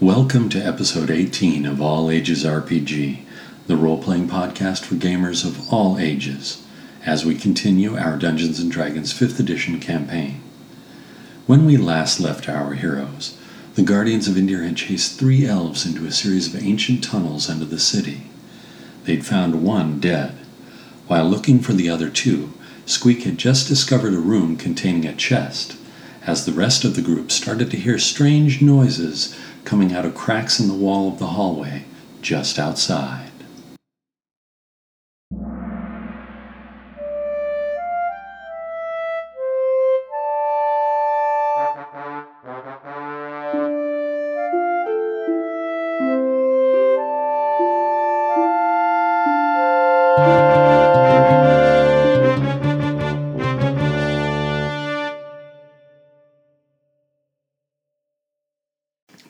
Welcome to episode 18 of All Ages RPG, the role playing podcast for gamers of all ages, as we continue our Dungeons and Dragons 5th edition campaign. When we last left our heroes, the Guardians of Indir had chased three elves into a series of ancient tunnels under the city. They'd found one dead. While looking for the other two, Squeak had just discovered a room containing a chest, as the rest of the group started to hear strange noises coming out of cracks in the wall of the hallway just outside.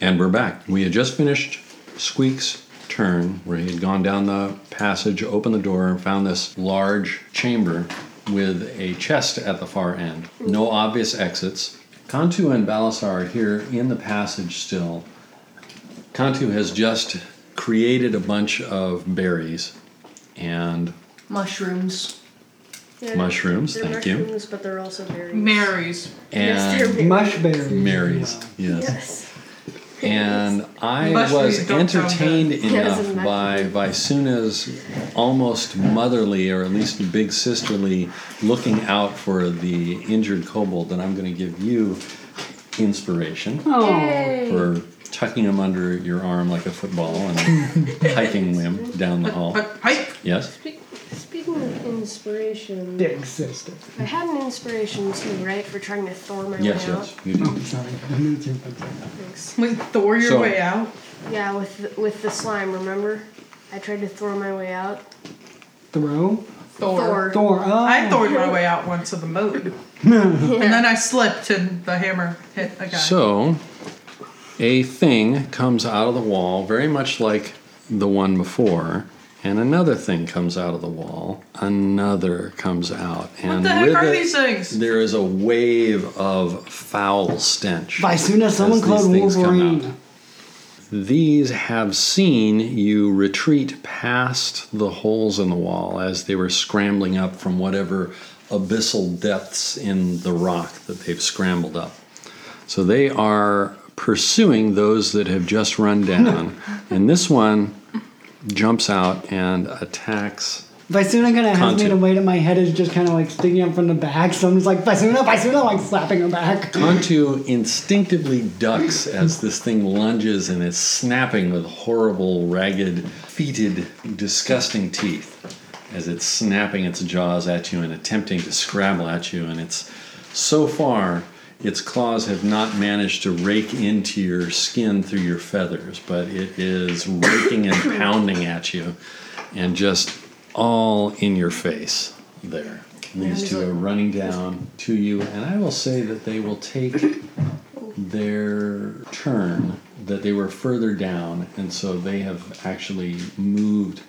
And we're back. We had just finished Squeak's turn, where he had gone down the passage, opened the door, and found this large chamber with a chest at the far end. No obvious exits. Kantu and Balasar are here in the passage still. Kantu has just created a bunch of berries and mushrooms. They're- Mushrooms, they're thank you. mushrooms, but they're also berries. Mary's. Yes, they're and berries. Mushberries. Mary's. Yes. Yes. And I Mushrooms was don't sound entertained good. Yeah, enough doesn't matter. by Visuna's almost motherly, or at least big sisterly, looking out for the injured kobold that I'm going to give you inspiration Oh. for tucking him under your arm like a football and hiking him down the hall. But pipe. Yes? Spe- Speaking of inspiration, Big sister. I had an inspiration too, right? For trying to throw my Yes, way yes. You do. I'm sorry. I meant to. out. Thanks. Wait, Thor your So- way out. Yeah, with the, with the slime, remember? I tried to throw my way out. Throw. Thor. Thor. Thor. Oh. I Thored my way out once in the moat. And then I slipped and the hammer hit a guy. So, a thing comes out of the wall, very much like the one before, and another thing comes out of the wall. Another comes out, and what the heck with are it, these things? there is a wave of foul stench. By soon as someone as these called things come Wolverine. out. These have seen you retreat past the holes in the wall as they were scrambling up from whatever abyssal depths in the rock that they've scrambled up. So they are pursuing those that have just run down. and this one jumps out and attacks. Visuna kind of has Content. made a weight in my head is just kind of like sticking up from the back. So I'm just like, Visuna, Visuna, like slapping her back. Kantu instinctively ducks as this thing lunges and is snapping with horrible, ragged, fetid, disgusting teeth as it's snapping its jaws at you and attempting to scrabble at you. And it's so far, its claws have not managed to rake into your skin through your feathers, but it is raking and pounding at you and just all in your face there. And These two are running down to you, and I will say that they will take their turn that they were further down, and so they have actually moved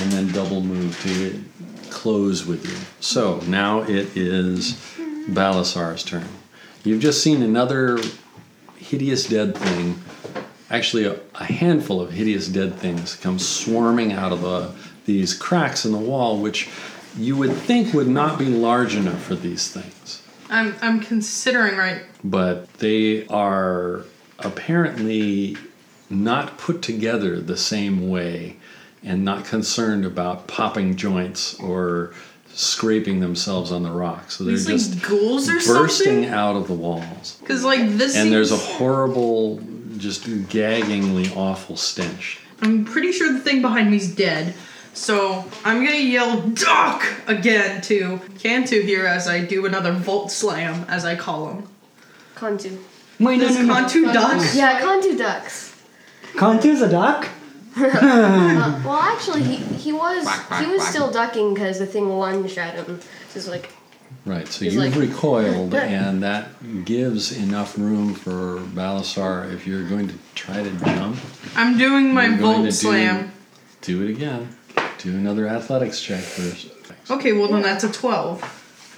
and then double moved to close with you. So now it is Balasar's turn. You've just seen another hideous dead thing actually a, a handful of hideous dead things come swarming out of the, these cracks in the wall, which you would think would not be large enough for these things. I'm I'm considering right But they are apparently not put together the same way and not concerned about popping joints or scraping themselves on the rock. So they're these just like ghouls or bursting something. out of the walls. Because like this And there's a seems- horrible, just gaggingly awful stench. I'm pretty sure the thing behind me's dead. So I'm gonna yell duck again to Cantu here as I do another volt slam as I call him. Contu. Wait, no, Does no, no. Cantu duck? Yeah, Contu ducks. Contu's a duck? Uh, well, actually, he, he was he was still ducking because the thing lunged at him. So it's like, Right, so He's you've like- recoiled, and that gives enough room for Balasar if you're going to try to jump. I'm doing my you're going to volt slam. Do, do it again. Do another athletics check first. Okay, well then that's a twelve.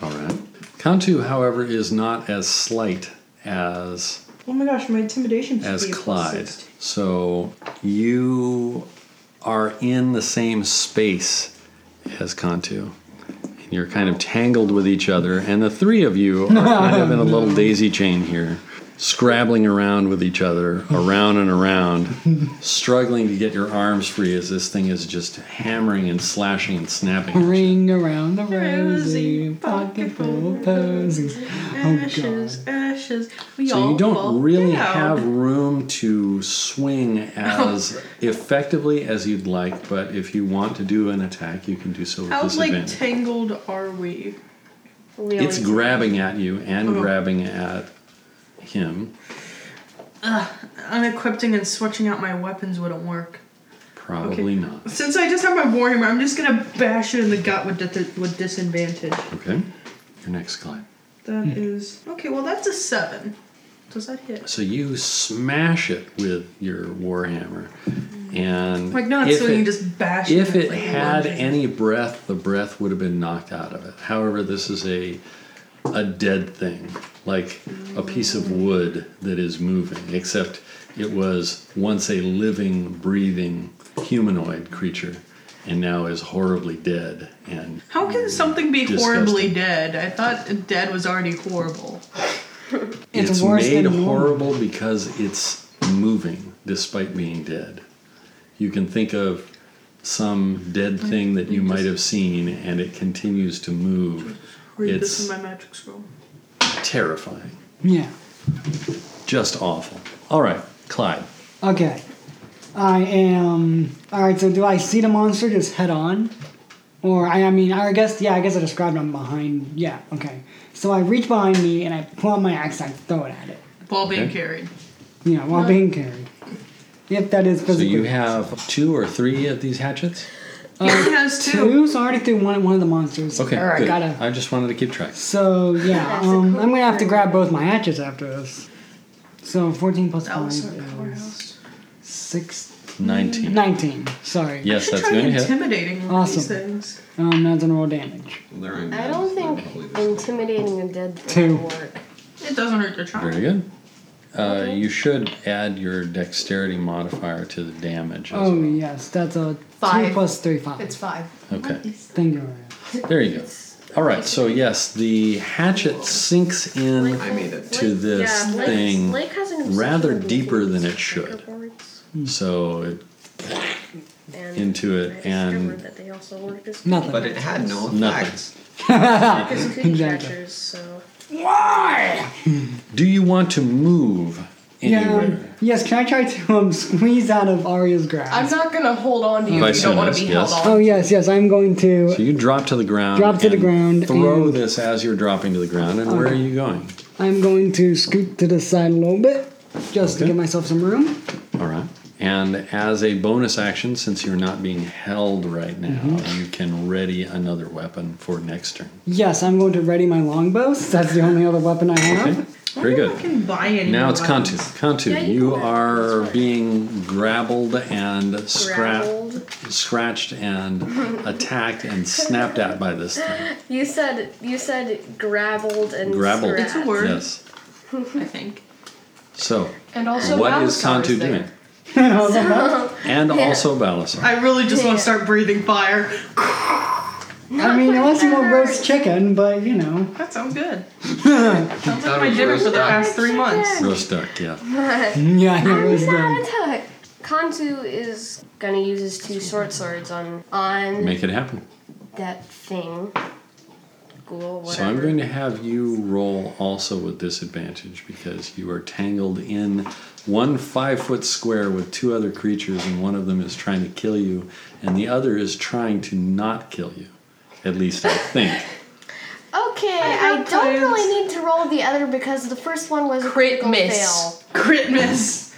All right. Kantu, however, is not as slight as Oh my gosh, my intimidation should as be a plus Clyde. 16. So you are in the same space as Kantu. And you're kind of tangled with each other, and the three of you are kind of in a little daisy chain here, scrabbling around with each other, around and around, struggling to get your arms free as this thing is just hammering and slashing and snapping. at you. Ring around the Rosy rosy, pocket full pocket of full of posies. Oh god. Ashes, ashes. We So all you don't fall really down. have room to swing as effectively as you'd like, but if you want to do an attack, you can do so with How like disadvantage. tangled are we? We it's always- grabbing at you and Oh. grabbing at him, Unequipping and switching out my weapons wouldn't work. probably not. Since I just have my warhammer, I'm just gonna bash it in the gut with dis- with disadvantage. Okay, your next climb. That Hmm. is okay. Well, that's a seven. Does that hit? So you smash it with your warhammer, and Mm. Like not if so you it- just bash. If with, it like, had lunges. any breath, the breath would have been knocked out of it. However, this is a a dead thing, like a piece of wood that is moving, except it was once a living, breathing humanoid creature and now is horribly dead and How can something be horribly Mm. Disgusting. dead? I thought dead was already horrible. It's it's, worse made than normal. horrible because it's moving despite being dead. You can think of some dead thing that you might have seen and it continues to move. Read It's- this in my magic scroll. Terrifying. Yeah. Just awful. All right, Clyde. Okay. I am. Alright, so do I see the monster just head on? Or, I, I mean, I guess, yeah, I guess I described I'm behind. Yeah, okay. So I reach behind me and I pull out my axe and I throw it at it. Ball being Okay. carried. You know, while being carried. If that is So physically. you have two or three of these hatchets? it has two. Uh, two, so I already threw one at one of the monsters. Okay, Or I good. gotta. I just wanted to keep track. So yeah, That's a um, cool I'm gonna have to thing. grab both my hatchets after this. So 14 plus That five was our is powerhouse. six, 19. 19. Sorry. Yes, should that's try going to hit. intimidating with Awesome. these things. Um, that's an roll damage. They're in I don't think intimidating a dead Two. thing would work. It doesn't hurt to try. Very good. Uh, you should add your dexterity modifier to the damage. As Oh well. yes, that's a two Five. plus three five. It's five. Okay. Thank you. Ryan. There you go. All right, so yes, the hatchet sinks in I made it. to this yeah, Blake- thing Blake has an rather obsession with deeper than these it should. checkerboards, So it, and into it, I discovered and- that they also work as Nothing. But it had no Nothing. effect. as cookie Exactly. catchers, so do you want to move Yeah. anywhere? um, yes. Can I try to um, squeeze out of Arya's grasp? I'm not gonna hold on to you. By if You don't want to soonest, be yes. oh held on. yes, yes. I'm going to. So you drop to the ground. Drop to the and ground Throw and- this as you're dropping to the ground. And where are you going? I'm going to scoot to the side a little bit, just to Okay. give myself some room. All right. And as a bonus action, since you're not being held right now, Mm-hmm. you can ready another weapon for next turn. Yes, I'm going to ready my longbow. since That's the only other weapon I have. Okay. Very I good. can buy any. Now it's weapons. Kantu. Kantu, Yeah, you you can grab- are that's right. being grappled and scra- Grappled. scratched and attacked and snapped at by this thing. you said you said gravelled and Grappled. scratched. It's a word. Yes. I think. So, And also, what is Balasar Kantu there. doing? and also Balasar. I really just want Yeah. to start breathing fire. I mean, it wasn't a Not roast chicken, but you know. That sounds good. sounds like my was dinner roast for the duck. past three months. Roast duck, yeah. Yeah, yeah, I'm roast not done. attack. Kantu is gonna use his two short swords on on Make it happen. that thing. Ghoul, whatever. So I'm going to have you roll also with disadvantage because you are tangled in one five foot square with two other creatures, and one of them is trying to kill you, and the other is trying to not kill you. At least I think. Okay, I, have don't plans. really need to roll the other because the first one was a Crit critical miss. fail. Crit miss.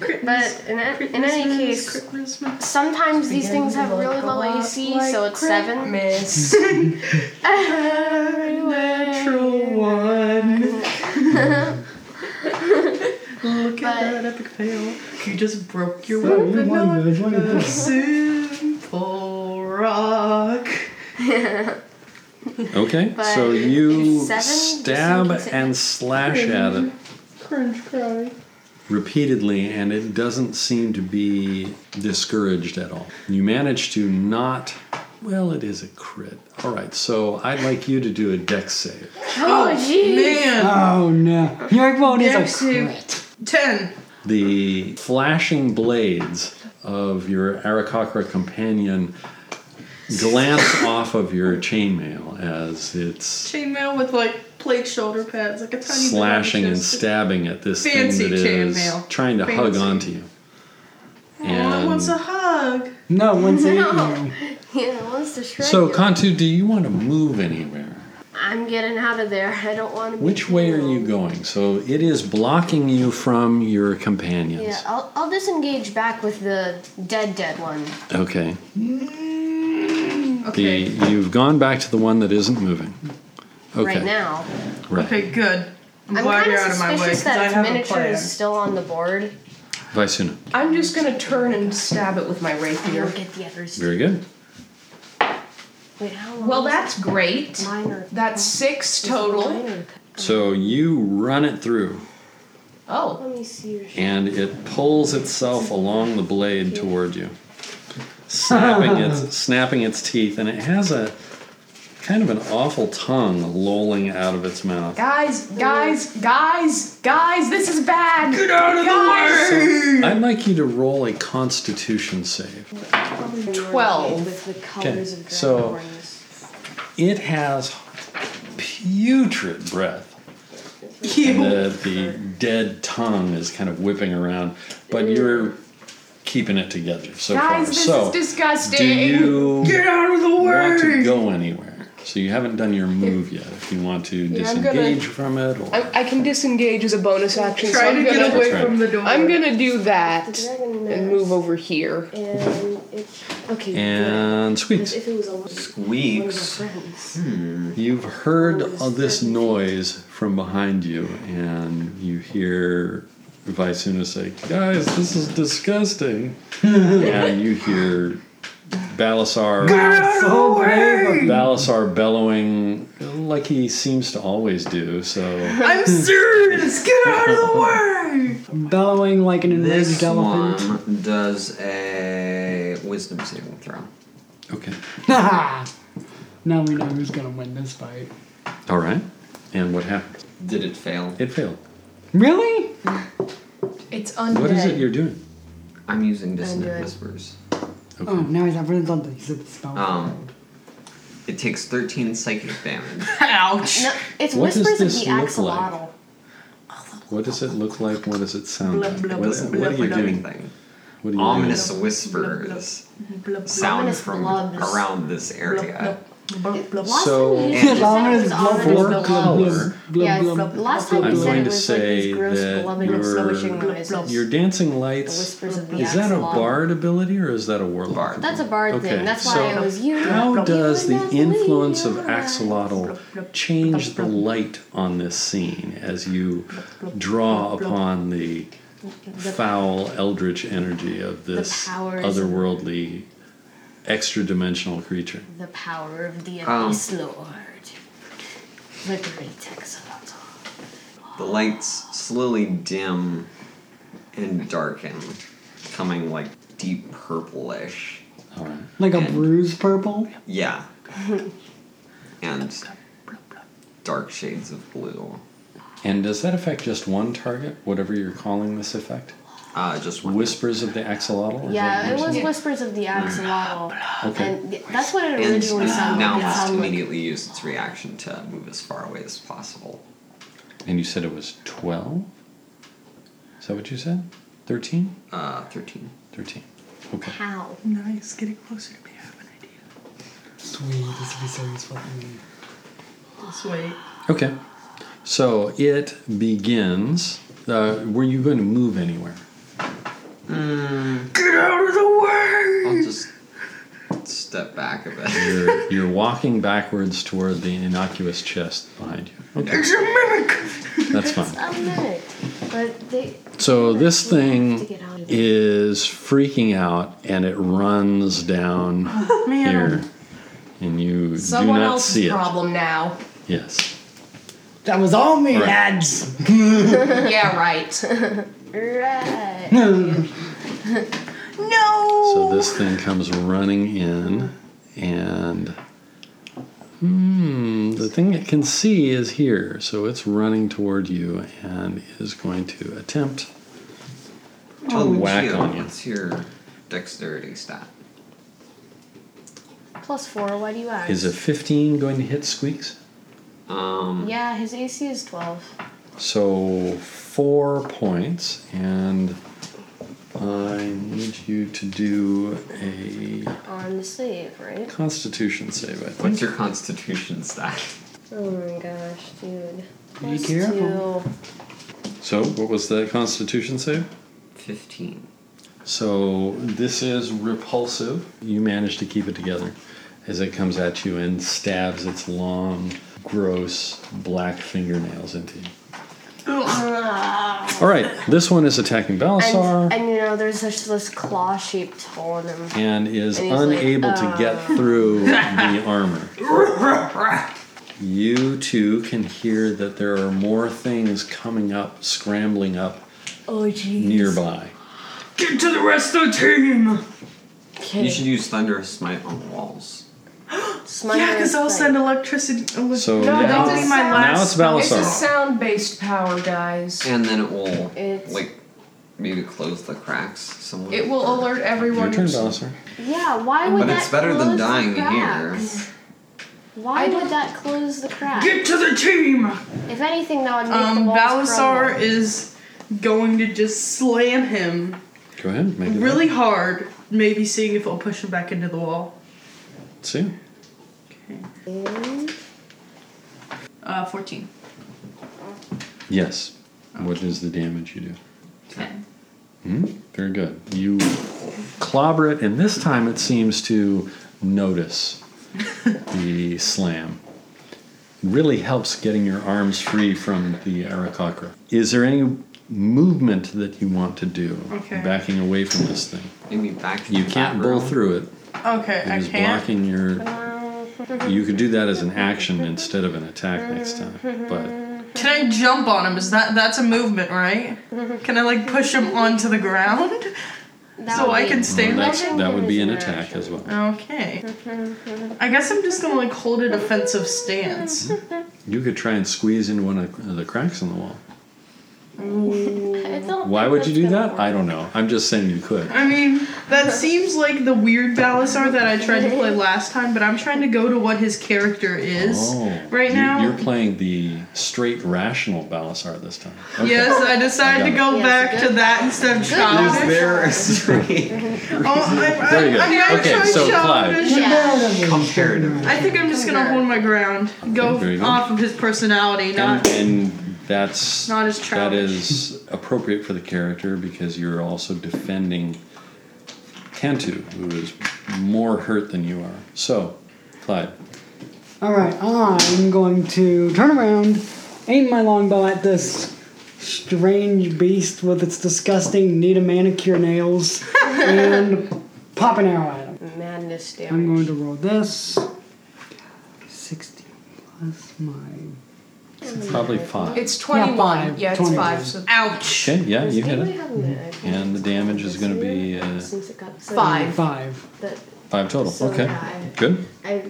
Crit miss. But in, a- Crit in miss any miss, case, crit miss miss. sometimes these things have really low AC, so it's seven. Miss. natural one. Look at that epic fail. You just broke your So, weapon one on was one a was- simple rock. Okay, so But you seven, just in stab case it and hits. slash at it French fry. repeatedly, and it doesn't seem to be discouraged at all. You manage to not. Well, it is a crit. All right, so I'd like you to do a dex save. Oh, jeez. Man, Oh no. Your vote is Next a to- crit. ten. The flashing blades of your Arakakra companion glance off of your chainmail as it's Chainmail with like plate shoulder pads, like a tiny. bit of slashing and chest. stabbing at this Fancy thing that is chainmail. trying to hug Fancy. Oh, onto you. Aw, it wants um, a hug. No, once eight. No. Yeah, it wants to shred So, you. Kantu, do you want to move anywhere? I'm getting out of there. I don't want to. Which way are you going? So, it is blocking you from your companions. Yeah, I'll, I'll disengage back with the dead dead one. Okay. The, Okay. you've gone back to the one that isn't moving. Okay. Right now, Right. Okay, good. I'm, I'm glad kind you're of out of my way suspicious because I that its have a miniature plan. is still on the board. Vaisuna. I'm just gonna turn and stab it with my I rapier. don't get the others. Very good. Wait, how long? Well, is that's great. mine are- That's six is mine total. are- So, you run it through, Oh, Let me see your. Sh- and it pulls itself along the blade toward you, snapping its, snapping its teeth, and it has a kind of an awful tongue lolling out of its mouth. guys, guys, guys, guys, this is bad. Get out of Guys. the way! I'd like you to roll a constitution save. Twelve. With the colors of so- dragon horns. It has putrid breath. And Cute. the, the dead tongue is kind of whipping around, but you're keeping it together so far. Guys, this so, is disgusting. do you Get out of the want to way! go anywhere? So you haven't done your move yet. If you want to I'm gonna- disengage from it, or I, I can disengage as a bonus action. so Try to I'm get gonna, away That's from the door. I'm gonna do that Dragon and mask. move over here. And it, okay. and Because squeaks. if it was a one of our Squeaks. friends. You've heard of this noise from behind you, and you hear Vaisuna say, Guys, this is disgusting. and you hear Balasar, So brave. Balasar bellowing like he seems to always do. So, I'm Hmm. serious! Get out of the way! Bellowing like an This enraged elephant. one does a wisdom saving throw. okay. now we know who's gonna win this fight. All right. And what happened? Did it fail? It failed. Really? It's undead. What is it you're doing? I'm using dissonant Undead. whispers. Okay. Oh, Um. now he's really thought that he said spell. Um, it takes 13 psychic damage. Ouch. No, it's What does whispers this of the look like? axolotl. What does it look like? What does it sound Blah, like? blah, What, blah, what are blah, you blah. doing? Anything. What are you Ominous doing? whispers Blub, sound Ominous from blobs. around this blub, area. blub, blub, blub. Last So- time we Yeah, used it, long it as was blood already for blubber. color. Blub, Yeah, blub. it's- last time I'm we said going it to was like say these gross that blubbering, you're- slubbishing Blub, noises. blub. Your dancing lights. The whispers of the Is that a axolotl. bard ability or is that a warlock? Bard. That's a bard Okay, thing. That's why so I was you. How you does the and influence me, of you and I. axolotl change the light on this scene as you draw upon the foul eldritch energy of this powers. otherworldly extra-dimensional creature? The power of the Um. Abyss Lord, the great axolotl. The lights slowly dim and darken, coming like deep purplish. All right. like a and- bruise purple? Yeah. and dark shades of blue. And does that affect just one target, whatever you're calling this effect? Uh, just one. Whispers of the axolotl? is that what Yeah, you're it was saying? Whispers of the Axolotl, Mm. Okay. and that's what it And originally sounded now like. It must sounded like immediately use its reaction to move as far away as possible. And you said it was 12? Is that what you said? 13? Uh, 13. 13. Okay. how. Nice, getting closer to me. I have an idea. Sweet, this will be so useful for me. Let's wait. Okay. So it begins. Uh, were you going to move anywhere? Get out of the way! I'll just step back a bit. You're, you're walking backwards toward the innocuous chest behind you. Okay, It's a mimic! that's It's fine. a minute, but they. So this We have to thing get out of there. is freaking out and it runs down here. And you do Someone not else's see it. problem now. Yes. That was all me, Right. lads. yeah, right. Right. No. So this thing comes running in, and hmm, the thing it can see is here. So it's running toward you and is going to attempt. Oh, whack Gio, on you. What's your dexterity stat? Plus four. Why do you ask? Is a 15 going to hit Squeaks? Um, Yeah, his AC is twelve. So four points, and I need you to do a On the save, right? Constitution save. I think. What's your constitution stat? Oh my gosh, dude. Be Plus careful. two. So what was the Constitution save? 15. So this is repulsive. You manage to keep it together as it comes at you and stabs its long, gross black fingernails into you. All right, this one is attacking Balasar And, and you know, there's this, this claw-shaped hole in him. and is and he's like, "Oh." unable to get through the armor. You too can hear that there are more things coming up, scrambling up Oh jeez. nearby. Get to the rest of the team! Okay. You should use Thunderous Smite on walls. Smite yeah, her because I'll sight. send electricity. Ele- So No, now, that's that'll be my a now last. it's It's a Balasar. sound-based power, guys. And then it will, It's- like, maybe close the cracks somewhere. It will alert Your everyone. turn, Balasar. Yeah, why would But that it's better than close dying the cracks? here. Why I would don't- that close the crack? Get to the team! If anything, that would make the Um, walls Balasar crumble. is going to just slam him Go ahead, make it up. really hard, maybe seeing if it'll push him back into the wall. See? And Uh, 14. Yes. What is the damage you do? 10. Hmm? Very good. You clobber it, and this time it seems to notice the slam. Really helps getting your arms free from the Arakakra. Is there any movement that you want to do? Okay. Backing away from this thing. Maybe back to You the can't back roll row. through it. Okay, It I is can't. blocking your. You could do that as an action instead of an attack next time, but. Can I jump on him? Is that that's a movement, right? Can I like push him onto the ground? that So would I be- can Well, stand Well, that's, there? that's- that would be an Reaction. attack as well. Okay. I guess I'm just gonna like hold a defensive stance. You could try and squeeze into one of the cracks in the wall. I don't Why think would you that's do gonna that? I don't know. I'm just saying you could. I mean, that seems like the weird Balasar that I tried to play last time, but I'm trying to go to what his character is right You- now. Oh. You're playing the straight rational Balasar this time. Okay. Yes, I decided to I got go it. back Yes, to good. that instead of childish. There is three Oh, I'm, I'm, There you go. I'm not Okay, trying so Clive. childish. Yeah. comparative. I think I'm just gonna hold my ground. Go very good. off of his And, personality, not. and that's Not as that childish. is appropriate for the character because you're also defending Cantu, who is more hurt than you are. So, Clyde, All right, I'm going to turn around, aim my longbow at this strange beast with its disgusting need a manicure nails, and pop an arrow at him. Madness I'm damage. going to roll this. 60 plus my. probably five. It's 21. five. Yeah, it's 21. 5. So Ouch! okay, yeah, you hit Anybody it. Mm-hmm. have an idea? And the damage is going to be uh, Since it got so- Five. Five. That five total. So okay, high. good. I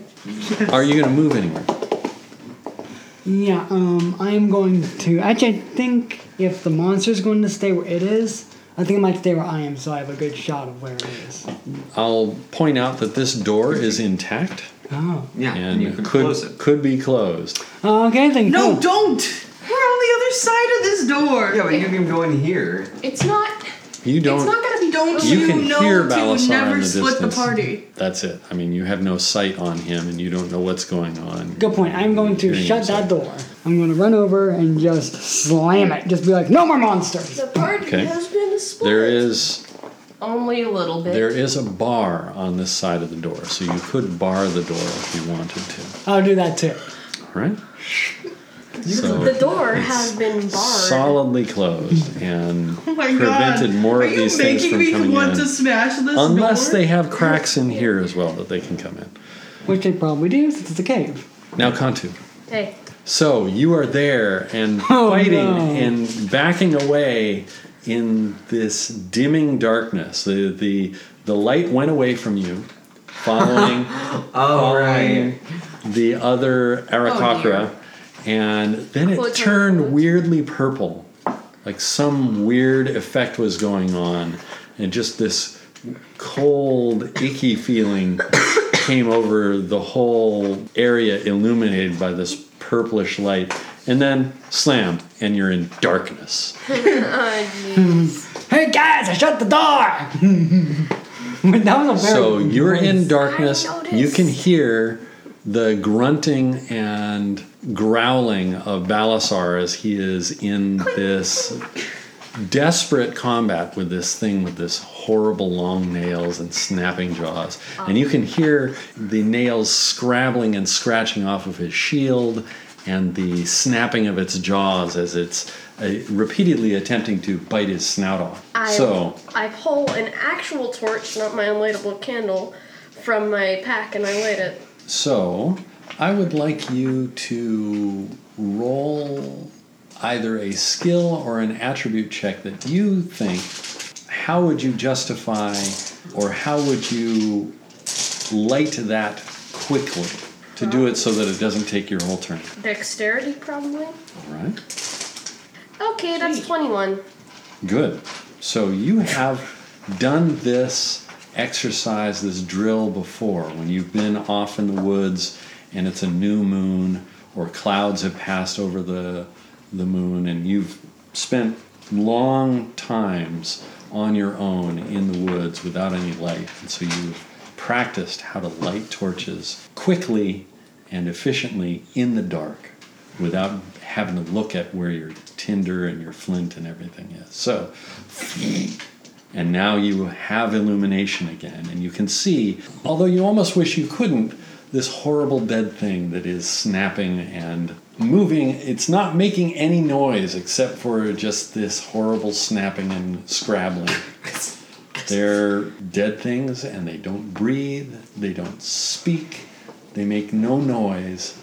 Are you going to move anywhere? Yeah, um, I'm going to. Actually, I think if the monster's going to stay where it is, I think it might stay where I am so I have a good shot of where it is. I'll point out that this door is intact Oh. Yeah, and and you can could close it. could be closed. Uh, Okay, then No, cool. don't! We're on the other side of this door. Yeah, but you can go in here. it's not. You It's don't. not gonna be. Don't you you, can know hear to Balasar never in the split distance. the party? That's it. I mean, you have no sight on him, and you don't know what's going on. Good point. I'm going to Hearing shut himself. that door. I'm going to run over and just slam it. Just be like, no more monsters. the party Okay. has been split. There is Only a little bit. there is a bar on this side of the door, so you could bar the door if you wanted to. I'll do that too. All right? The So door has been barred. solidly closed and Oh my prevented god! more Are of you these things making from me coming want in. to smash this Unless door? they have cracks in here as well that they can come in. Which they probably do since it's a cave. Now, Kantu. Hey, So you are there and Oh, fighting no. and backing away in this dimming darkness. The the the light went away from you, following Oh, right. the other Arakocra, and then it Quote, turned unquote. weirdly purple, like some weird effect was going on, and just this cold, icky feeling came over the whole area, illuminated by this purplish light, and then slam, and you're in darkness. Hey guys, I shut the door. that was a very So you're in darkness. I noticed. You can hear the grunting and growling of Balasar as he is in this desperate combat with this thing with this horrible long nails and snapping jaws. And you can hear the nails scrabbling and scratching off of his shield and the snapping of its jaws as it's uh, repeatedly attempting to bite his snout off. I, so I pull an actual torch, not my unlightable candle, from my pack and I light it. So, I would like you to roll either a skill or an attribute check that you think how would you justify or how would you light that quickly to do it so that it doesn't take your whole turn. Dexterity, probably. All right? Okay, that's 21. Good. So you have done this exercise, this drill before when you've been off in the woods and it's a new moon or clouds have passed over the the moon and you've spent long times on your own in the woods without any light. And so you've practiced how to light torches quickly and efficiently in the dark without having to look at where your tinder and your flint and everything is. So, and now you have illumination again, and you can see, although you almost wish you couldn't, this horrible dead thing that is snapping and moving. It's not making any noise except for just this horrible snapping and scrabbling. They're dead things and they don't breathe, they don't speak, they make no noise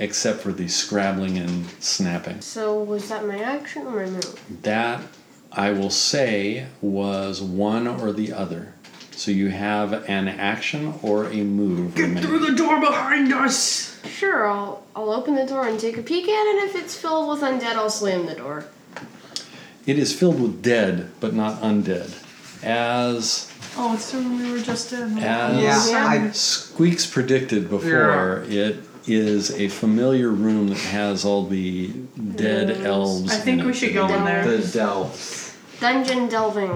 except for the scrabbling and snapping. So, was that my action or my move? That, I will say, was one or the other. So you have an action or a move. remaining. Through the door behind us. Sure, I'll, I'll open the door and take a peek at it. If it's filled with undead, I'll slam the door. It is filled with dead, but not undead. As Oh, it's the room we were just in. as Yeah. I, Squeaks predicted before it is a familiar room that has all the dead elves. I think in we it. should go in there. the delves. Dungeon delving.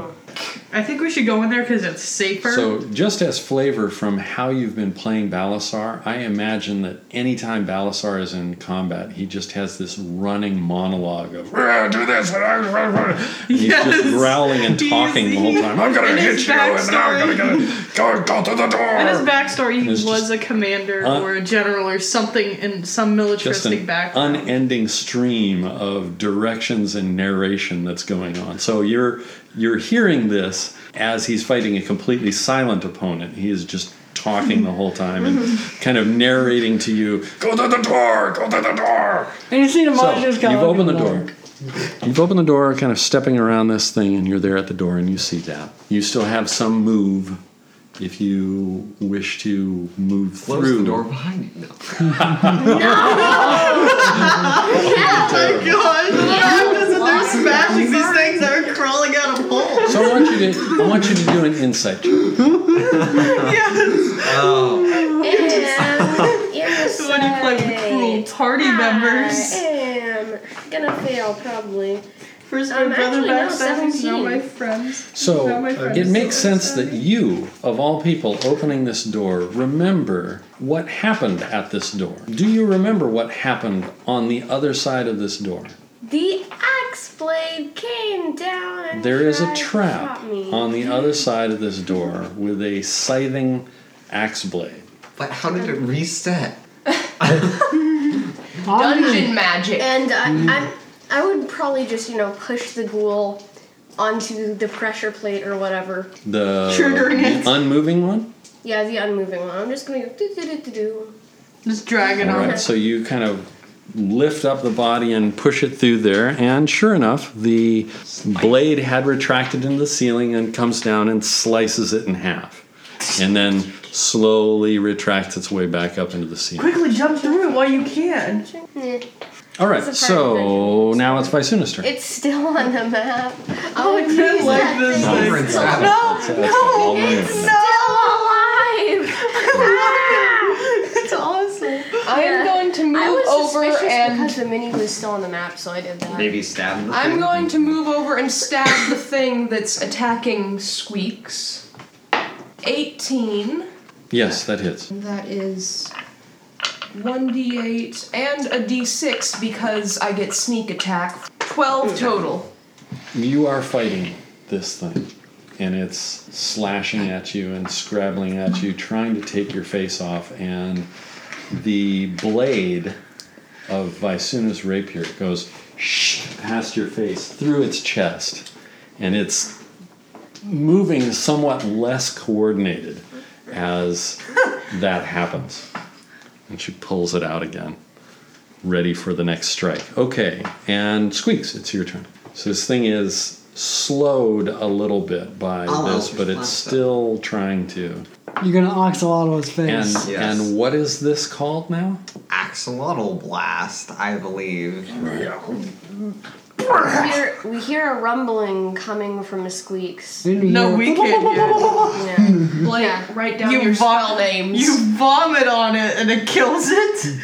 I think we should go in there because it's safer. So, just as flavor from how you've been playing Balasar, I imagine that anytime Balasar is in combat, he just has this running monologue of, "Rah, do this, and I- rah, rah," and he's Yes. just growling and He's- talking the whole time. I'm going in to his hit you, and then I'm going to go, go to the door. In his backstory, he It's was just a commander un- or a general or something in some just militaristic an background. unending stream of directions and narration that's going on. So you're you're hearing this as he's fighting a completely silent opponent. He is just talking the whole time and kind of narrating to you. Go to the door. Go to the door. And you see the So monsters you've coming. opened the door. You've opened the door, kind of stepping around this thing, and you're there at the door, and you see that. You still have some move if you wish to move Close through. the door behind you. No. They're smashing these things that are crawling out of holes. So I want you to I want you to do an insight check. And When you play with cruel party members. I am gonna fail, probably. First, I'm my brother actually now backstabs, now 17. my friends. So Now my friend it is makes so sense that upset. you, of all people, opening this door, remember what happened at this door. Do you remember what happened on the other side of this door? The axe blade came down and There is a tried to trap chop me. on the other side of this door with a scything axe blade. But how did it reset? Dungeon magic. And Hmm. I, I, I would probably just, you know, push the ghoul onto the pressure plate or whatever. The Triggering it. unmoving one? Yeah, the unmoving one. I'm just gonna go do do do do do. Just dragging All on. right, so you kind of lift up the body and push it through there. And sure enough, the blade had retracted into the ceiling and comes down and slices it in half. And then slowly retracts its way back up into the ceiling. Quickly jump through it while you can. Eh, All right, It's a so now it's Vicina's turn. It's still on the map. Oh, I jeez, like that this thing thing. is Prince still- Adam. No, That's- that's all I no, have. it's still Ah! no. alive. It's awesome. I am going to move I was over suspicious and because the mini was still on the map, so I did that. Maybe stab the I'm thing. going to move over and stab the thing that's attacking Squeaks. 18. Yes, that hits. That is 1d8 and a d6 because I get sneak attack. 12 total. You are fighting this thing, and it's slashing at you and scrabbling at you, trying to take your face off. And the blade of Visuna's rapier goes shh past your face through its chest, and it's moving somewhat less coordinated as that happens. And she pulls it out again ready for the next strike. Okay, and Squeaks, it's your turn. So this thing is slowed a little bit by I'll this, Eldritch but it's Blast it. still trying to. You're gonna Oxalotlo's And face. Yes. and what is this called now? Axolotl blast, I believe. We hear, we hear a rumbling coming from Squeaks. Didn't you No, hear- we can't hear. Yeah. Blake, Yeah. write down You your vom- spell names. You vomit on it and it kills it.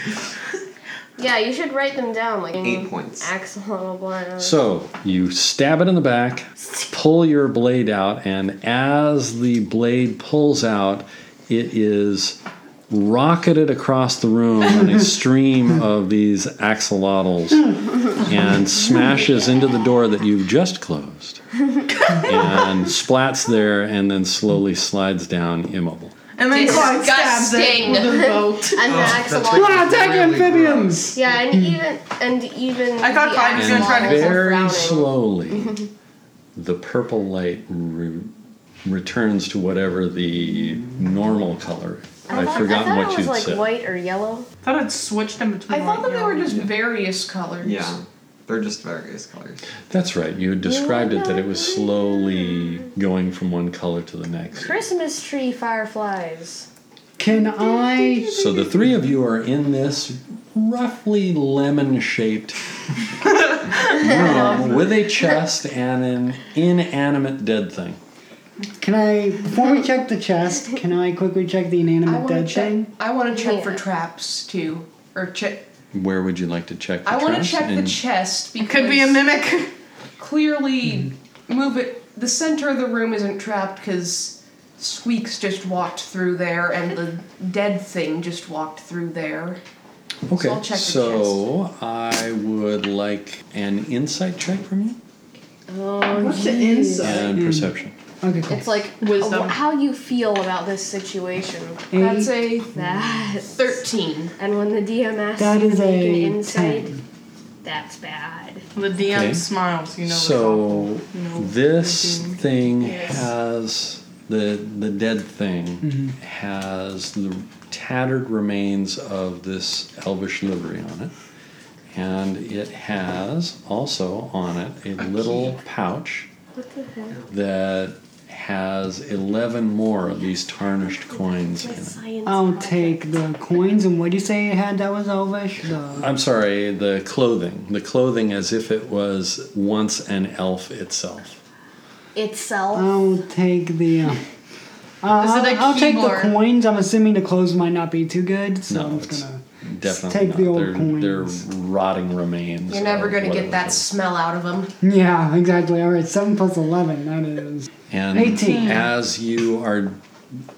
yeah, you should write them down. Like Eight points. Axolotl Blind. So you stab it in the back, pull your blade out, and as the blade pulls out, it is rocketed across the room in a stream of these axolotls and smashes into the door that you've just closed and splats there and then slowly slides down immobile. And then Clyde stabs it Disgusting. with a boat. oh, and the Come axolotl. on, attack amphibians! Yeah, and even and even. I thought the Clyde was gonna try to- axolotls are very frowning. slowly, the purple light re- returns to whatever the normal color. I I've thought, forgotten I thought what it was you'd like said. white or yellow. thought it switched in between. I thought like, that they were now. just various colors. Yeah. They're just various colors. That's right. You had described it that it was slowly going from one color to the next. Christmas tree fireflies. Can I So the three of you are in this roughly lemon-shaped room with a chest and an inanimate dead thing. Can I, before we check the chest, can I quickly check the I inanimate want dead to check. thing? I want to check for Yeah. traps too, or check. Where would you like to check? The I want to traps? check the And- chest because Could be a mimic. clearly move it. The center of the room isn't trapped because Squeaks just walked through there, and the dead thing just walked through there. Okay, I'll check the so I would like an insight check from you What's the inside? and perception. Okay, cool. It's like Wisdom. wh- how you feel about this situation. That's a That thirteen. and when the DM asks That you is to make a an insight, 10. that's bad. The DM Okay. smiles. You know. it's so awful. You know, this thinking. thing Yes. has the the dead thing has the tattered remains of this elvish livery on it, and it has also on it a little pouch that has eleven more of these tarnished coins in it. I'll take the coins and what do you say it had that was elvish? The, I'm sorry, the clothing. The clothing as if it was once an elf itself. itself. I'll take the. Uh, uh, I'll, Is it a I'll take the keyboard? coins. I'm assuming the clothes might not be too good, so No, I'm it's just gonna. Definitely take not. the old they're, coins. they're rotting remains. You're never of gonna get whatever that it was. smell out of them. Yeah, exactly. All right, seven plus eleven. That is. And 18. as you are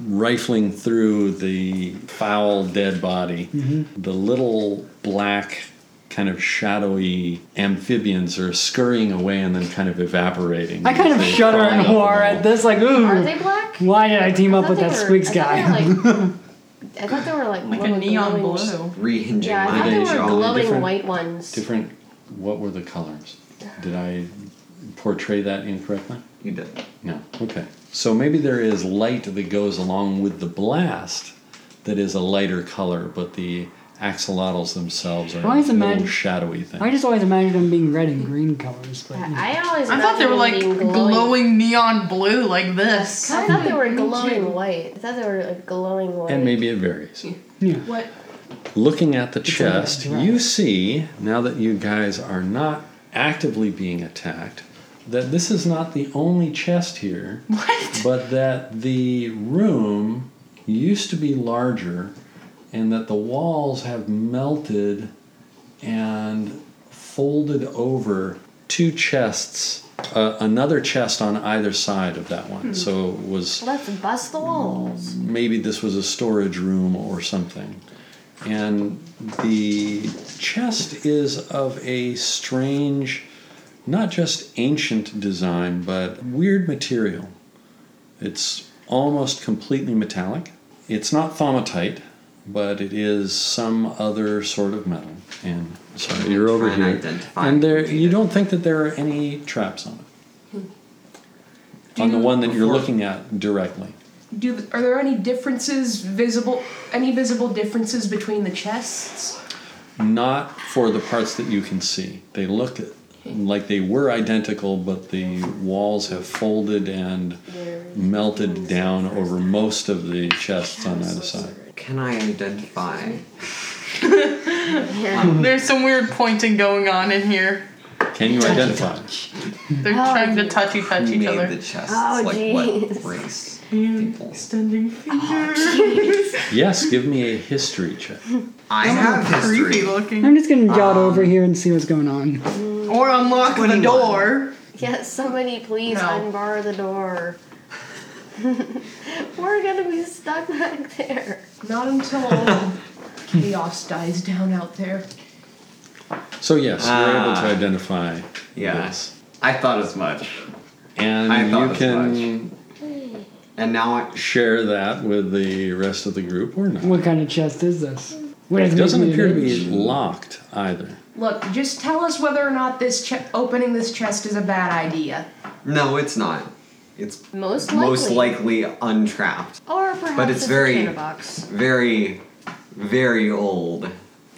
rifling through the foul dead body, Mm-hmm. the little black kind of shadowy amphibians are scurrying away and then kind of evaporating. I kind of They shudder crawl in up the horror wall. at this. Like, ooh, Are they black? why did I team I up thought with they that were- Squeaks guy? I thought they were like, I thought they were like, like a little neon glowing- blue. Rehinging Yeah, I thought they they were were all glowing different- white ones. Different. What were the colors? Did I portray that incorrectly? You did. No. Okay. So maybe there is light that goes along with the blast that is a lighter color, but the axolotls themselves are I always little imagine- shadowy things. I just always imagined them being red and green colors, but you know. I always I thought they were like imagined them being glowing. neon blue like this. I thought they were glowing white. I thought they were like glowing white. and maybe it varies. yeah. What? Looking at the like a chest, giraffe. you see, now that you guys are not actively being attacked, that this is not the only chest here, What? but that the room used to be larger and that the walls have melted and folded over two chests, uh, another chest on either side of that one. So it was Let's bust the walls. maybe this was a storage room or something. And the chest is of a strange, not just ancient design, but weird material. It's almost completely metallic. It's not thaumatite, but it is some other sort of metal. And sorry, you're over Try and here. identify And there, you it. don't think that there are any traps on it. On the one that you're Before- looking at directly. Do are there any differences visible? Any visible differences between the chests? not for the parts that you can see. They look like they were identical, but the walls have folded and melted down over most of the chests on either side. Can I identify? Yeah. There's some weird pointing going on in here. Can you identify? They're trying to touchy touch Who each made other. the chests? Oh, like jeez. what race? People. Extending Oh, fingers. Yes, give me a history check. I have Creepy history. I'm looking. just Um, gonna jot over here and see what's going on. Or unlock the door. Yes, somebody please No. unbar the door. we're gonna be stuck back there. Not until all the chaos dies down out there. So yes, you're able to Ah. identify. Yeah. This. I thought as much. And I thought you as can And now I. share that with the rest of the group or not. What kind of chest is this? What It is doesn't making appear to it be itch? locked either. Look, just tell us whether or not this che- opening this chest is a bad idea. No, it's not. It's Most likely. most likely untrapped. Or perhaps But it's it's very- a Pandora's box. Very, very old.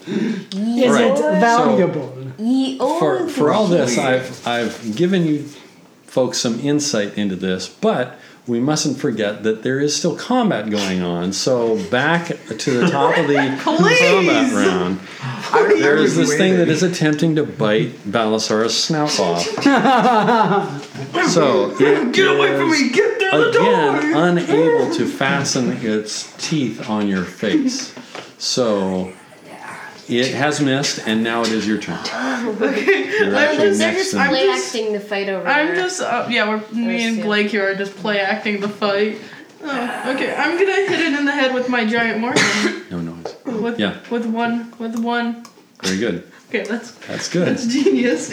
Is Right. it So- valuable? Ye for, olde for all this, Absolutely. I've I've given you folks some insight into this, but we mustn't forget that there is still combat going on. So back to the top of the combat round. There is this thing that is attempting to bite Balasar's snout off. so it get away from me! Get down the again, door! unable to fasten its teeth on your face. So it has missed, and now it is your turn. You're actually just- They're next just in- play I'm just- acting the fight over I'm there. just, uh, yeah, we're, me and Blake here are just play acting the fight. Oh, okay, I'm gonna hit it in the head with my giant Morgan. No noise. With, Yeah. with one, with one. Very good. Okay, that's That's good. That's genius.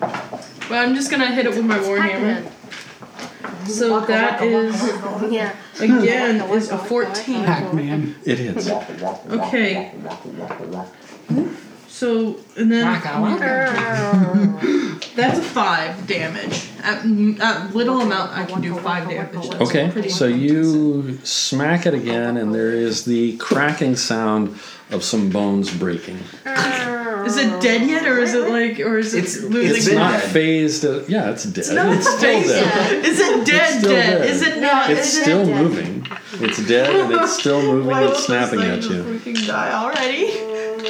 But I'm just gonna hit it with my warhammer. Pac-Man. So that is Yeah. again is a 14. Pac-Man. It hits. Okay. So and then that's a five damage. At, at little amount, I can do five damage. That's Okay, pretty- so you smack it again, and there is the cracking sound of some bones breaking. Is it dead yet, or is it like, or is it It's- losing? It's been not dead. phased. at- yeah, it's dead. It's, not still phased dead. Yeah. Is it dead? still Dead? dead. Is it not? It's is it- still dead. moving. It's dead and it's still moving Why and won't snapping at this thing you. Freaking die already.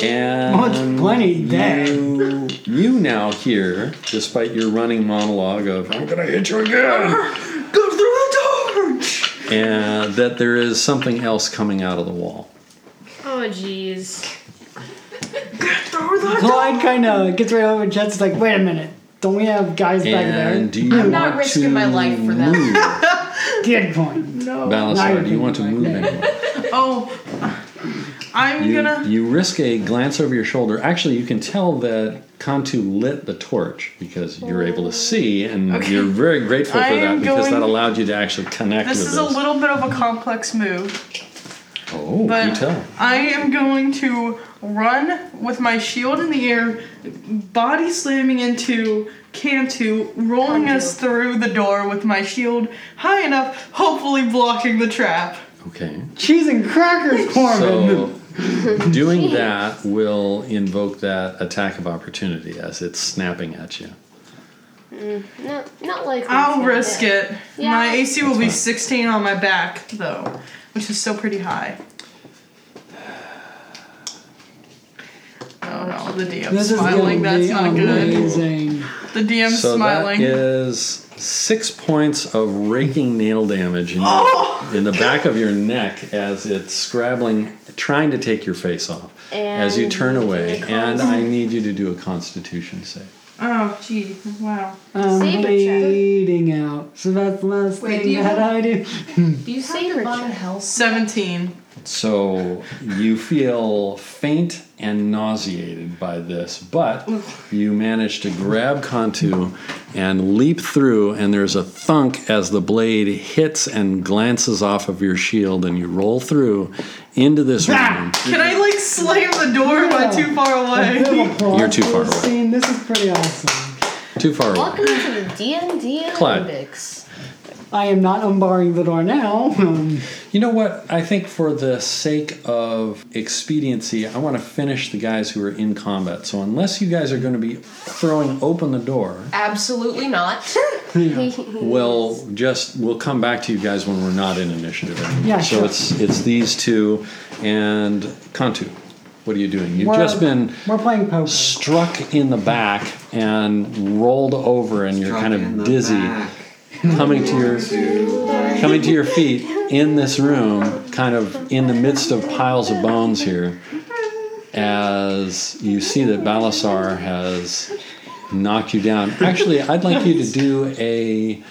And Oh, it's plenty dead. You, you now hear, despite your running monologue of "I'm gonna hit you again," Go through the door. and that there is something else coming out of the wall. Oh jeez. Through the Clyde kind of gets right over to Jets. It's like, wait a minute. Don't we have guys And back do you I'm want not to risking my life for that. move? there? Good point. Balasar, do you want to Now you're move thinking anywhere? Oh, I'm You, gonna. you risk a glance over your shoulder. Actually, you can tell that Kantu lit the torch because you're able to see, and Oh. Okay. you're very grateful I for that am because that going- allowed you to actually connect This with is a this. little bit of a complex move, oh, you but tell. I am going to run with my shield in the air, body slamming into Cantu, rolling us through the door with my shield high enough, hopefully blocking the trap. Okay. Oh, Cheese and crackers, Corbin. So Doing that will invoke that attack of opportunity as it's snapping at you. No, not likely. I'll risk it. Yeah. My AC will That's be fine. 16 on my back, though, which is still pretty high. Oh no, the DM's This is smiling. gonna That's be not good. amazing. The DM's so smiling. that is six points of raking nail damage in, your- Oh! in the back of your neck as it's scrabbling, trying to take your face off as you And turn you can away. make a And I need you to do a Constitution save. oh, gee, wow. I'm Save it, Jack. bleeding out. So that's the last Wait, do thing you that have- I do. Do you have Saber divine check. health? 17. So you feel faint and nauseated by this, but you manage to grab Kantu and leap through, and there's a thunk as the blade hits and glances off of your shield, and you roll through into this room. Can I like slam the door if I'm too far away? You're too far away. Scene. This is pretty awesome. Too far away. Welcome to the DMD Clyde. Olympics. I am not unbarring the door now. Um, You know what? I think for the sake of expediency, I want to finish the guys who are in combat. So unless you guys are going to be throwing open the door, Absolutely not. Well, just we'll come back to you guys when we're not in initiative. Anymore. Yeah, so sure. it's it's these two and Kantu. What are you doing? You've We're- just been We're playing poker. struck in the back and rolled over, and you're kind In the of dizzy, back. coming to your coming to your feet in this room, kind of in the midst of piles of bones here, as you see that Balasar has knocked you down. Actually, I'd like you to do a.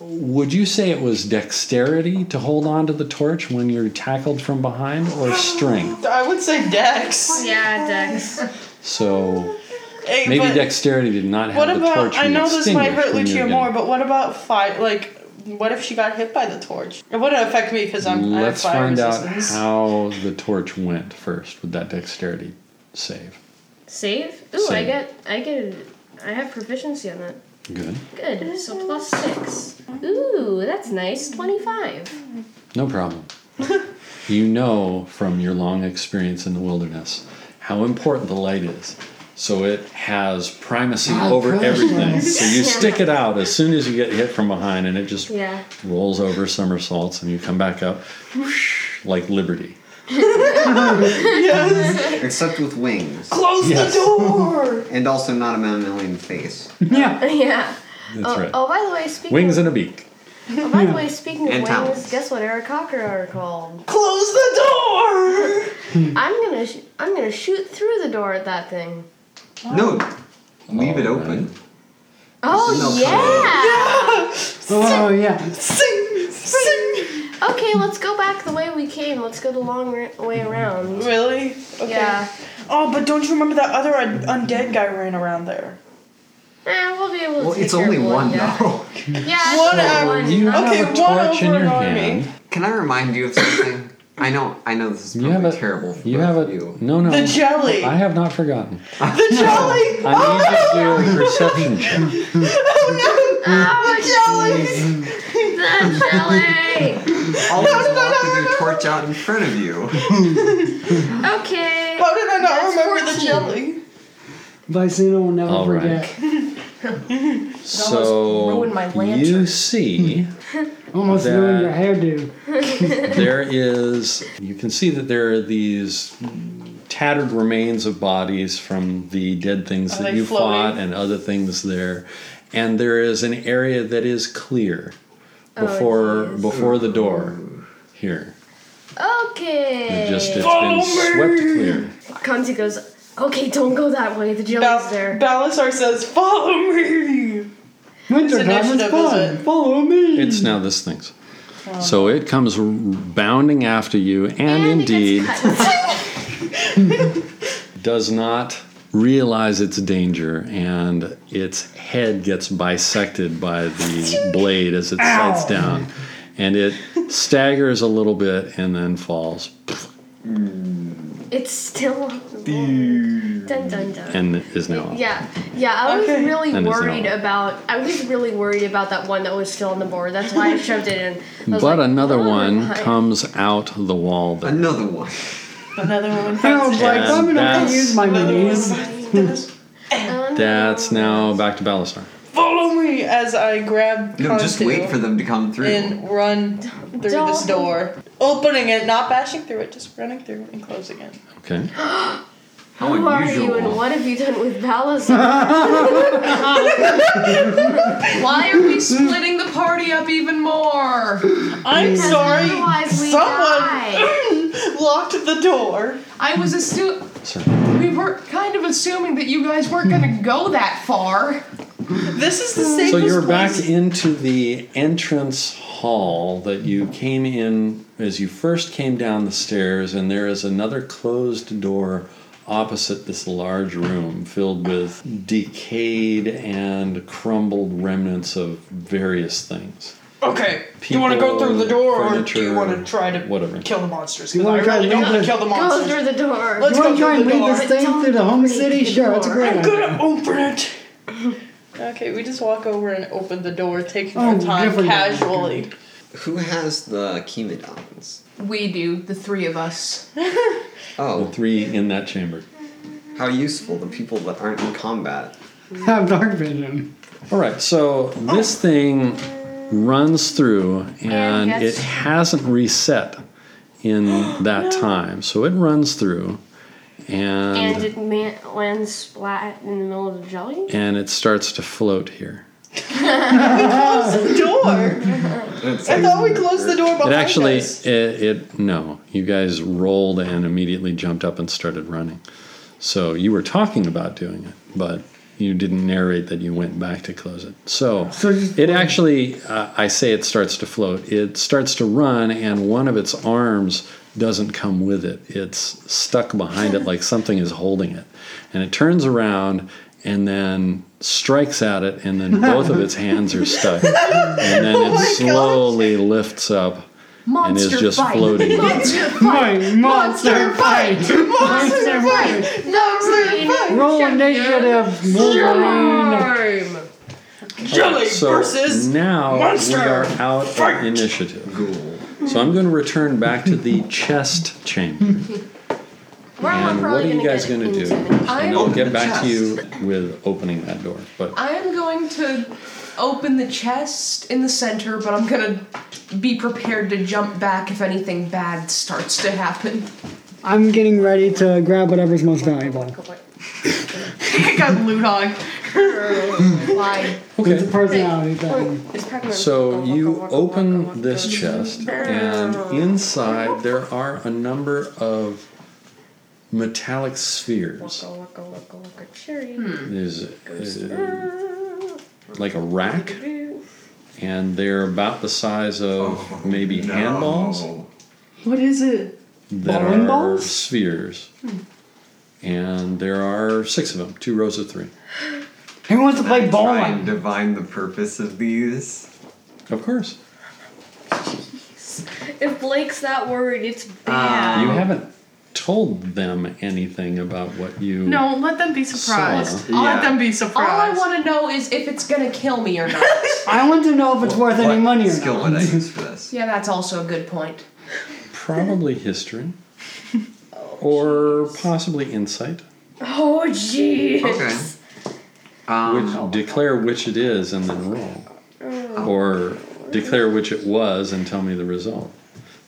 Would you say it was dexterity to hold on to the torch when you're tackled from behind, or strength? I would say Dex. yeah, Dex. So Hey, maybe but dexterity did not have What the about? torch. I be know this might extinguished when you hurt were Lucia getting- more, but what about fire? Like, what if she got hit by the torch? It wouldn't affect me because I'm. I have Let's fire find out resistance. how the torch went first with that dexterity save. Save? Ooh, I Save. get, I get, I have proficiency on that. Good. Good. So plus six. Ooh, that's nice. Twenty-five. No problem. you know from your long experience in the wilderness how important the light is. So it has primacy Ah, over gosh, everything. yes. So you stick it out as soon as you get hit from behind and it just Yeah. rolls over somersaults and you come back up whoosh, like liberty. Except with wings. Close Yes. the door. And also not a mammalian face. yeah. yeah. That's Oh, right. oh, by the way, speaking Wings of, and a beak. oh, by the way, speaking of And wings, talons. guess what Eric Cocker are called? Close the door. I'm gonna, sh- I'm gonna shoot through the door at that thing. No, leave it open. Oh No yeah. Oh yeah. Sing, sing. Okay, let's go back the way we came. Let's go the long ra- way around. Really? Okay. Yeah. Oh, but don't you remember that other un- undead guy ran around there? Eh, we'll be able to. Well, take it's care only of one yeah. though. Yeah, it's One only hour. one. You not- Okay, have a one torch in over your an army. hand. Can I remind you of something? I know, I know this is You probably have a terrible for You both have of a you. no no. The jelly. I have not forgotten. the jelly. I Oh! need you to do a perception check. Oh, the jelly. Always walk with your torch out in front of you. Okay. How did I not That's remember the 14. jelly? Vicino will never All right. forget. So ruined my you lantern. see Almost That- ruined your hairdo. there is you can see that there are these tattered remains of bodies from the dead things Are that they you fought floating? and other things there and there is an area that is clear Oh, before geez. before the door here Okay. it just it's Follow been swept clear Kanzi goes, okay, don't go that way. The jelly's there. Balasar says, "Follow me." Winter time is initiative, fun. is it? Follow me. it's now this thing's so it comes r- bounding after you and, indeed Oh. It gets cut. does not realize its danger and its head gets bisected by the blade as it sights down and it staggers a little bit and then falls it's still on the board. Dun dun dun. and is now up. Yeah, yeah. I was Okay. really And it's worried not. about. I was really worried about that one that was still on the board. That's why I shoved it in. I was but like, another "Oh, one my." comes out the wall there Another one. Another woman I finds was like, I'm gonna have that's- to use my Another woman minis. finds Dennis. Um, That's now back to Balasar. Follow me as I grab. No, just Kantu wait for them to come through. And run through this Don't. door, opening it, not bashing through it, just running through and closing it. Okay. How Who are you and unusual. what have you done with Balasar? Why are we splitting the party up even more? I'm sorry. otherwise we Someone locked the door. I was assu- Sorry. we were kind of assuming that you guys weren't Hmm. gonna go that far. This is the safest So you're back place. into the entrance hall that you came in as you first came down the stairs, and there is another closed door opposite this large room filled with decayed and crumbled remnants of various things. Okay. do you want to go People, through the door, or do you furniture, want to try to whatever. kill the monsters? You Because I wanna try to really don't leave want to the- kill the Go through monsters. the door. Let's You want go to try and through the lead door. this thing Don't through the home leave city? the Sure, that's a door. great I'm idea. gonna open it. Okay, we just walk over and open the door, taking Oh, our time different door. casually. Who has the chemodons? We do, the three of us. The Oh, three in that chamber. how useful the people that aren't in combat. Have dark vision. All right, so this thing runs through and yes. it hasn't reset in that time. So it runs through And and and, did man- land splat in the middle of the jelly? it starts to float here. Door. It's I like- thought we closed the door behind It actually us. it, it no, you guys rolled and immediately jumped up and started running. So you were talking about doing it, but you didn't narrate that you went back to close it. So, So just- it actually, uh, I say it starts to float. It starts to run, and one of its arms doesn't come with it. It's stuck behind it like something is holding it. And it turns around and then strikes at it, and then both of its hands are stuck. And then it slowly lifts up and Monster is just fight. floating. My monster fight! Monster fight! No, Roll initiative, Wolverine. Jelly So versus. now monster we are out fight. of initiative. So I'm going to return back to the chest chamber. We're And what are you guys gonna going to get do? intimidated. And I'm- I'll the get back to chest. you with opening that door. But I'm going to open the chest in the center, but I'm gonna be prepared to jump back if anything bad starts to happen. I'm getting ready to grab whatever's most valuable. I got loot hog. Why? It's a personality thing. It's Pokemon. So Waka, you waka, waka, open waka. this chest, and inside there are a number of metallic spheres. Waka, waka, waka, waka, cherry. There's uh, like a rack, and they're about the size of maybe handballs What is it? that Bowling are balls? Hmm. spheres. And there are six of them, two rows of three. Who wants to play ball? Try and divine the purpose of these. Of course, If Blake's that worried, it's Um, bad. you haven't told them anything about what you. No, let them be surprised. Saw. Let Yeah. them be All I surprised. want to know is if it's gonna kill me or not. I want to know if it's worth any What money or skill not. would I use for this? yeah, that's also a good point. Probably history. Oh, or possibly insight. oh, jeez. Okay. Ah, Which Um, declare which it is and then roll. Oh. Or declare which it was and tell me the result.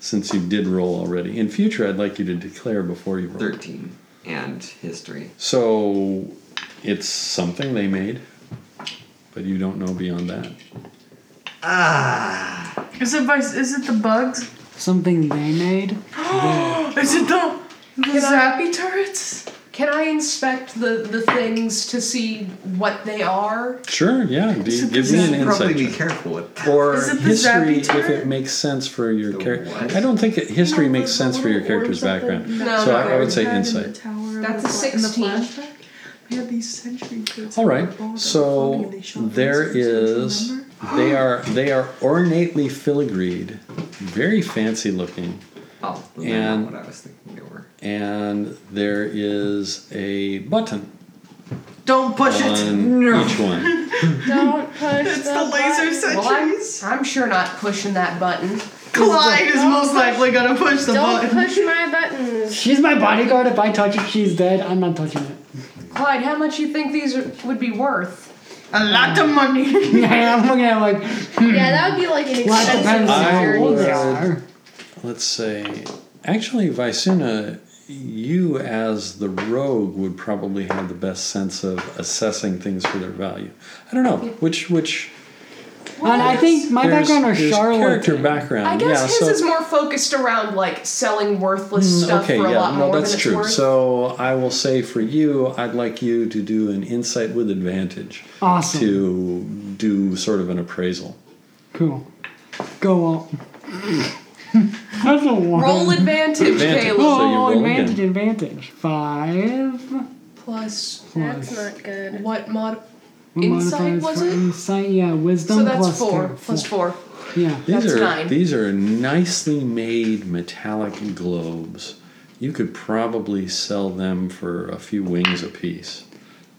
Since you did roll already. In future I'd like you to declare before you roll. thirteen and history. So it's something they made, but you don't know beyond that. Ah. Is it by, is it the bugs? Something they made? Is it the the zappy turrets? Can I inspect the, the things to see what they are? Sure, yeah. Do you give me an Probably insight. be check. careful with that. Or Is it the history, zappy if it turret? makes sense for your The character. what? I don't think it, history makes the sense for your little character's orbs at the- background. No, so no, I, I would say Had in the insight. tower That's with a what, in the 16. flashback? We had these century goods. All right. that were bald and So floating and they shot there themselves, don't you is remember? they are they are ornately filigreed, very fancy looking, Oh, and And- what I was thinking they were. and there is a button Don't push it. on each one. Don't push It's the laser button. Well, I'm, sentries. I'm sure not pushing that button. Clyde is most likely gonna push the Don't button. push my buttons. She's my bodyguard. If I touch it, she's dead. I'm not touching it. Clyde, how much you think these are- would be worth? A lot of money. Yeah, I'm looking at it like, Yeah, that would be like an well, it expensive depends on how old they security. are. Let's say, actually, Vicuna, you as the rogue would probably have the best sense of assessing things for their value. I don't know which which. And I think my there's- background are there's Charlotte. Character background. I guess Um, yeah, his so, Mm, is more focused around like selling worthless stuff Okay, for a yeah, lot no, more that's than true. it's worth. So I will say for you, I'd like you to do an insight with advantage. Awesome. To do sort of an appraisal. Cool. Go on. That's a one. Roll advantage, Advantage. Caleb. so you Oh, roll advantage, again. advantage. Five. Plus That's not good. what mod? What Insight modifiers was for it? Insight, yeah. Wisdom so that's plus four. two. Plus four. Yeah. These That's are nine. these are nicely made metallic globes. You could probably sell them for a few wings apiece.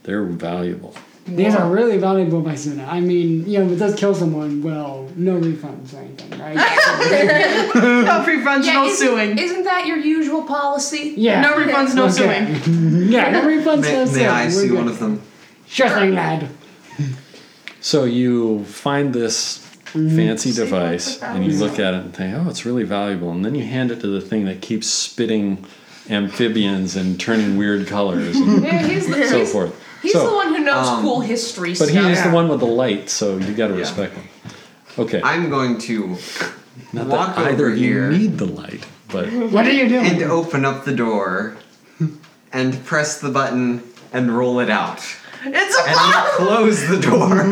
They're valuable. These are really valuable by Suna. I mean, you know, if it does kill someone, well, no refunds or anything, right? No refunds, Yeah, no isn't, suing. isn't that your usual policy? yeah. No refunds, no suing. Okay. yeah, no refunds, May, no may suing. I We're see good. one of them? Sure thing, lad. So you find this Mm-hmm. fancy device and you look at it and think, "Oh, it's really valuable." And then you hand it to the thing that keeps spitting amphibians and turning weird colors and Yeah, he's the, so he's, forth. he's so, the one who knows um, cool history but stuff. he is the one with the light, so you got to Yeah. respect him. Okay, I'm going to not walk that either over of you here. need the light, but What are you doing? and oh. open up the door and press the button and roll it out. It's a And close the door.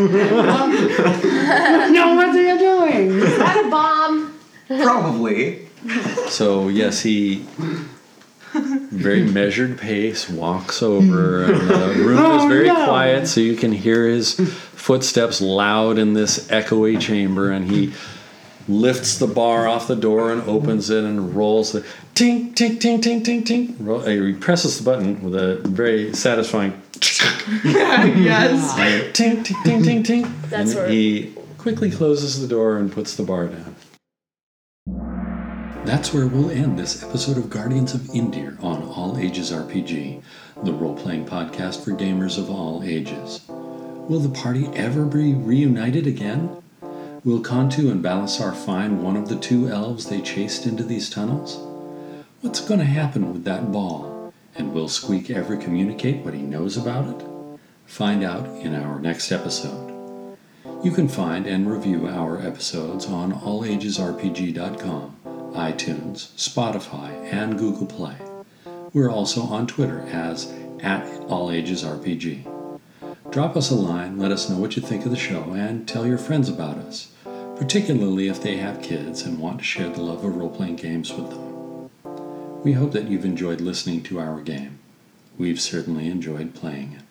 no, what are you doing? Had a bomb. Probably. So yes, he very measured pace walks over. And the room is Oh, very no. quiet, so you can hear his footsteps loud in this echoey chamber. And he lifts the bar off the door and opens it and rolls the tink tink tink tink tink tink. Roll, uh, he presses the button with a very satisfying yes. tink tink tink tink tink. That's and where- he quickly closes the door and puts the bar down. That's where we'll end this episode of Guardians of Indir on All Ages RPG, the role playing podcast for gamers of all ages. Will the party ever be reunited again? Will Kantu and Balasar find one of the two elves they chased into these tunnels? What's going to happen with that ball? And will Squeak ever communicate what he knows about it? Find out in our next episode. You can find and review our episodes on allagesrpg.com, iTunes, Spotify, and Google Play. We're also on Twitter as at allagesrpg. Drop us a line, let us know what you think of the show, and tell your friends about us, particularly if they have kids and want to share the love of role playing games with them. We hope that you've enjoyed listening to our game. We've certainly enjoyed playing it.